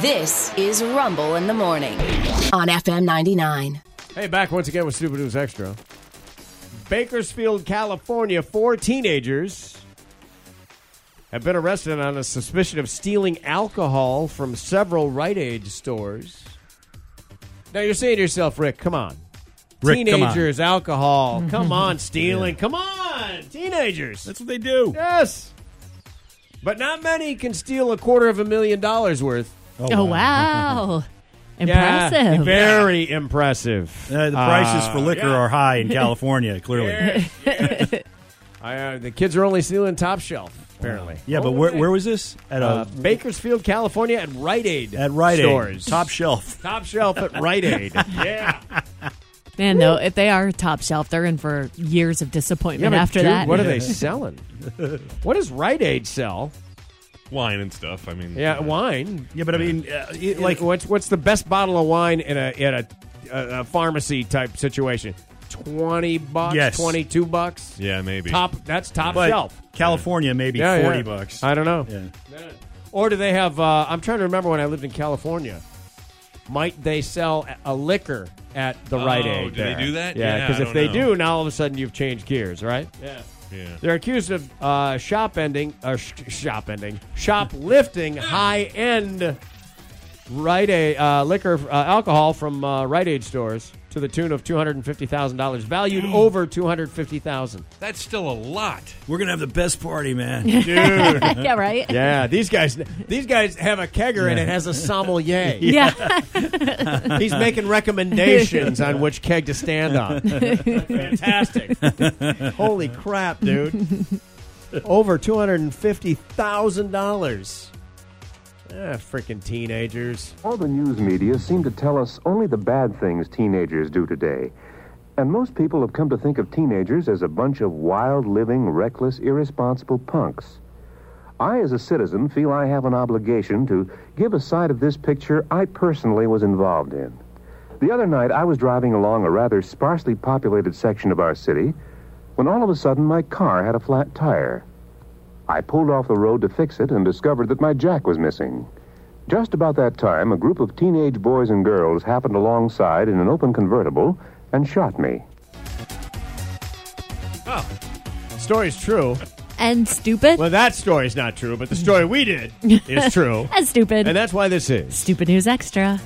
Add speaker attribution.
Speaker 1: This is Rumble in the Morning on FM 99.
Speaker 2: Hey, back once again with Stupid News Extra. Bakersfield, California, four teenagers have been arrested on a suspicion of stealing alcohol from several Rite Aid stores. Now you're saying to yourself, Rick, come on.
Speaker 3: Rick, come on.
Speaker 2: teenagers, alcohol, come on, stealing, come on, teenagers.
Speaker 3: That's what they do.
Speaker 2: Yes. But not many can steal a quarter of a million dollars worth.
Speaker 4: Oh, wow.
Speaker 2: Yeah,
Speaker 4: Impressive.
Speaker 2: very impressive.
Speaker 3: Uh, the prices for liquor
Speaker 2: yeah.
Speaker 3: are high in California, clearly. Yeah,
Speaker 2: Yes, yes. I, uh, the kids are only stealing top shelf, apparently.
Speaker 3: but where, where was this? At a
Speaker 2: uh, Bakersfield, California, at Rite Aid.
Speaker 3: at Rite Aid,
Speaker 2: stores.
Speaker 3: top shelf.
Speaker 2: top shelf at Rite Aid. yeah.
Speaker 4: Man, no, if they are top shelf, they're in for years of
Speaker 2: yeah
Speaker 4: disappointment
Speaker 2: but
Speaker 4: after
Speaker 2: dude,
Speaker 4: that.
Speaker 2: what are they selling? what does Rite Aid sell?
Speaker 5: wine and stuff. I mean,
Speaker 2: Yeah, wine.
Speaker 3: Yeah, but I mean, uh, it-
Speaker 2: Like
Speaker 3: like
Speaker 2: what's what's the best bottle of wine in a in a, a, a pharmacy type situation? Twenty bucks,
Speaker 3: Yes.
Speaker 2: twenty two bucks.
Speaker 5: yeah, maybe.
Speaker 2: Top. That's top
Speaker 3: but
Speaker 2: shelf.
Speaker 3: California, maybe
Speaker 2: Yeah,
Speaker 3: forty
Speaker 2: yeah.
Speaker 3: bucks.
Speaker 2: I don't know.
Speaker 3: yeah.
Speaker 2: Or do they have? Uh, I'm trying to remember when I lived in California. Might they sell a a liquor at the Rite
Speaker 5: Oh,
Speaker 2: Aid?
Speaker 5: do they
Speaker 2: there?
Speaker 5: do that?
Speaker 2: Yeah,
Speaker 5: Yeah,
Speaker 2: because if
Speaker 5: I don't
Speaker 2: they
Speaker 5: know.
Speaker 2: do, now all of a sudden you've changed gears, right? Yeah.
Speaker 5: Yeah.
Speaker 2: They're accused of uh, shop ending, or sh- shop ending, shoplifting high end Rite Aid uh, liquor, uh, alcohol from uh, Rite Aid stores to the tune of two hundred and fifty thousand dollars, valued over two hundred fifty thousand.
Speaker 5: That's still a lot.
Speaker 3: We're gonna have the best party, man.
Speaker 4: yeah, right?
Speaker 2: Yeah, these guys, these guys have a kegger and it has a sommelier.
Speaker 4: Yeah.
Speaker 2: He's making recommendations on which keg to stand on. Fantastic. Holy crap, dude. Over $250,000. Ah, freaking teenagers.
Speaker 6: All the news media seem to tell us only the bad things teenagers do today. And most people have come to think of teenagers as a bunch of wild, living, reckless, irresponsible punks. I, as a citizen, feel I have an obligation to give a side of this picture I personally was involved in. The other night, I was driving along a rather sparsely populated section of our city when all of a sudden my car had a flat tire. I pulled off the road to fix it and discovered that my jack was missing. Just about that time, a group of teenage boys and girls happened alongside in an open convertible and shot me.
Speaker 2: Story's true.
Speaker 4: and stupid.
Speaker 2: Well, that story's not true, but the story we did is true.
Speaker 4: and stupid.
Speaker 2: And that's why this is.
Speaker 4: stupid news extra.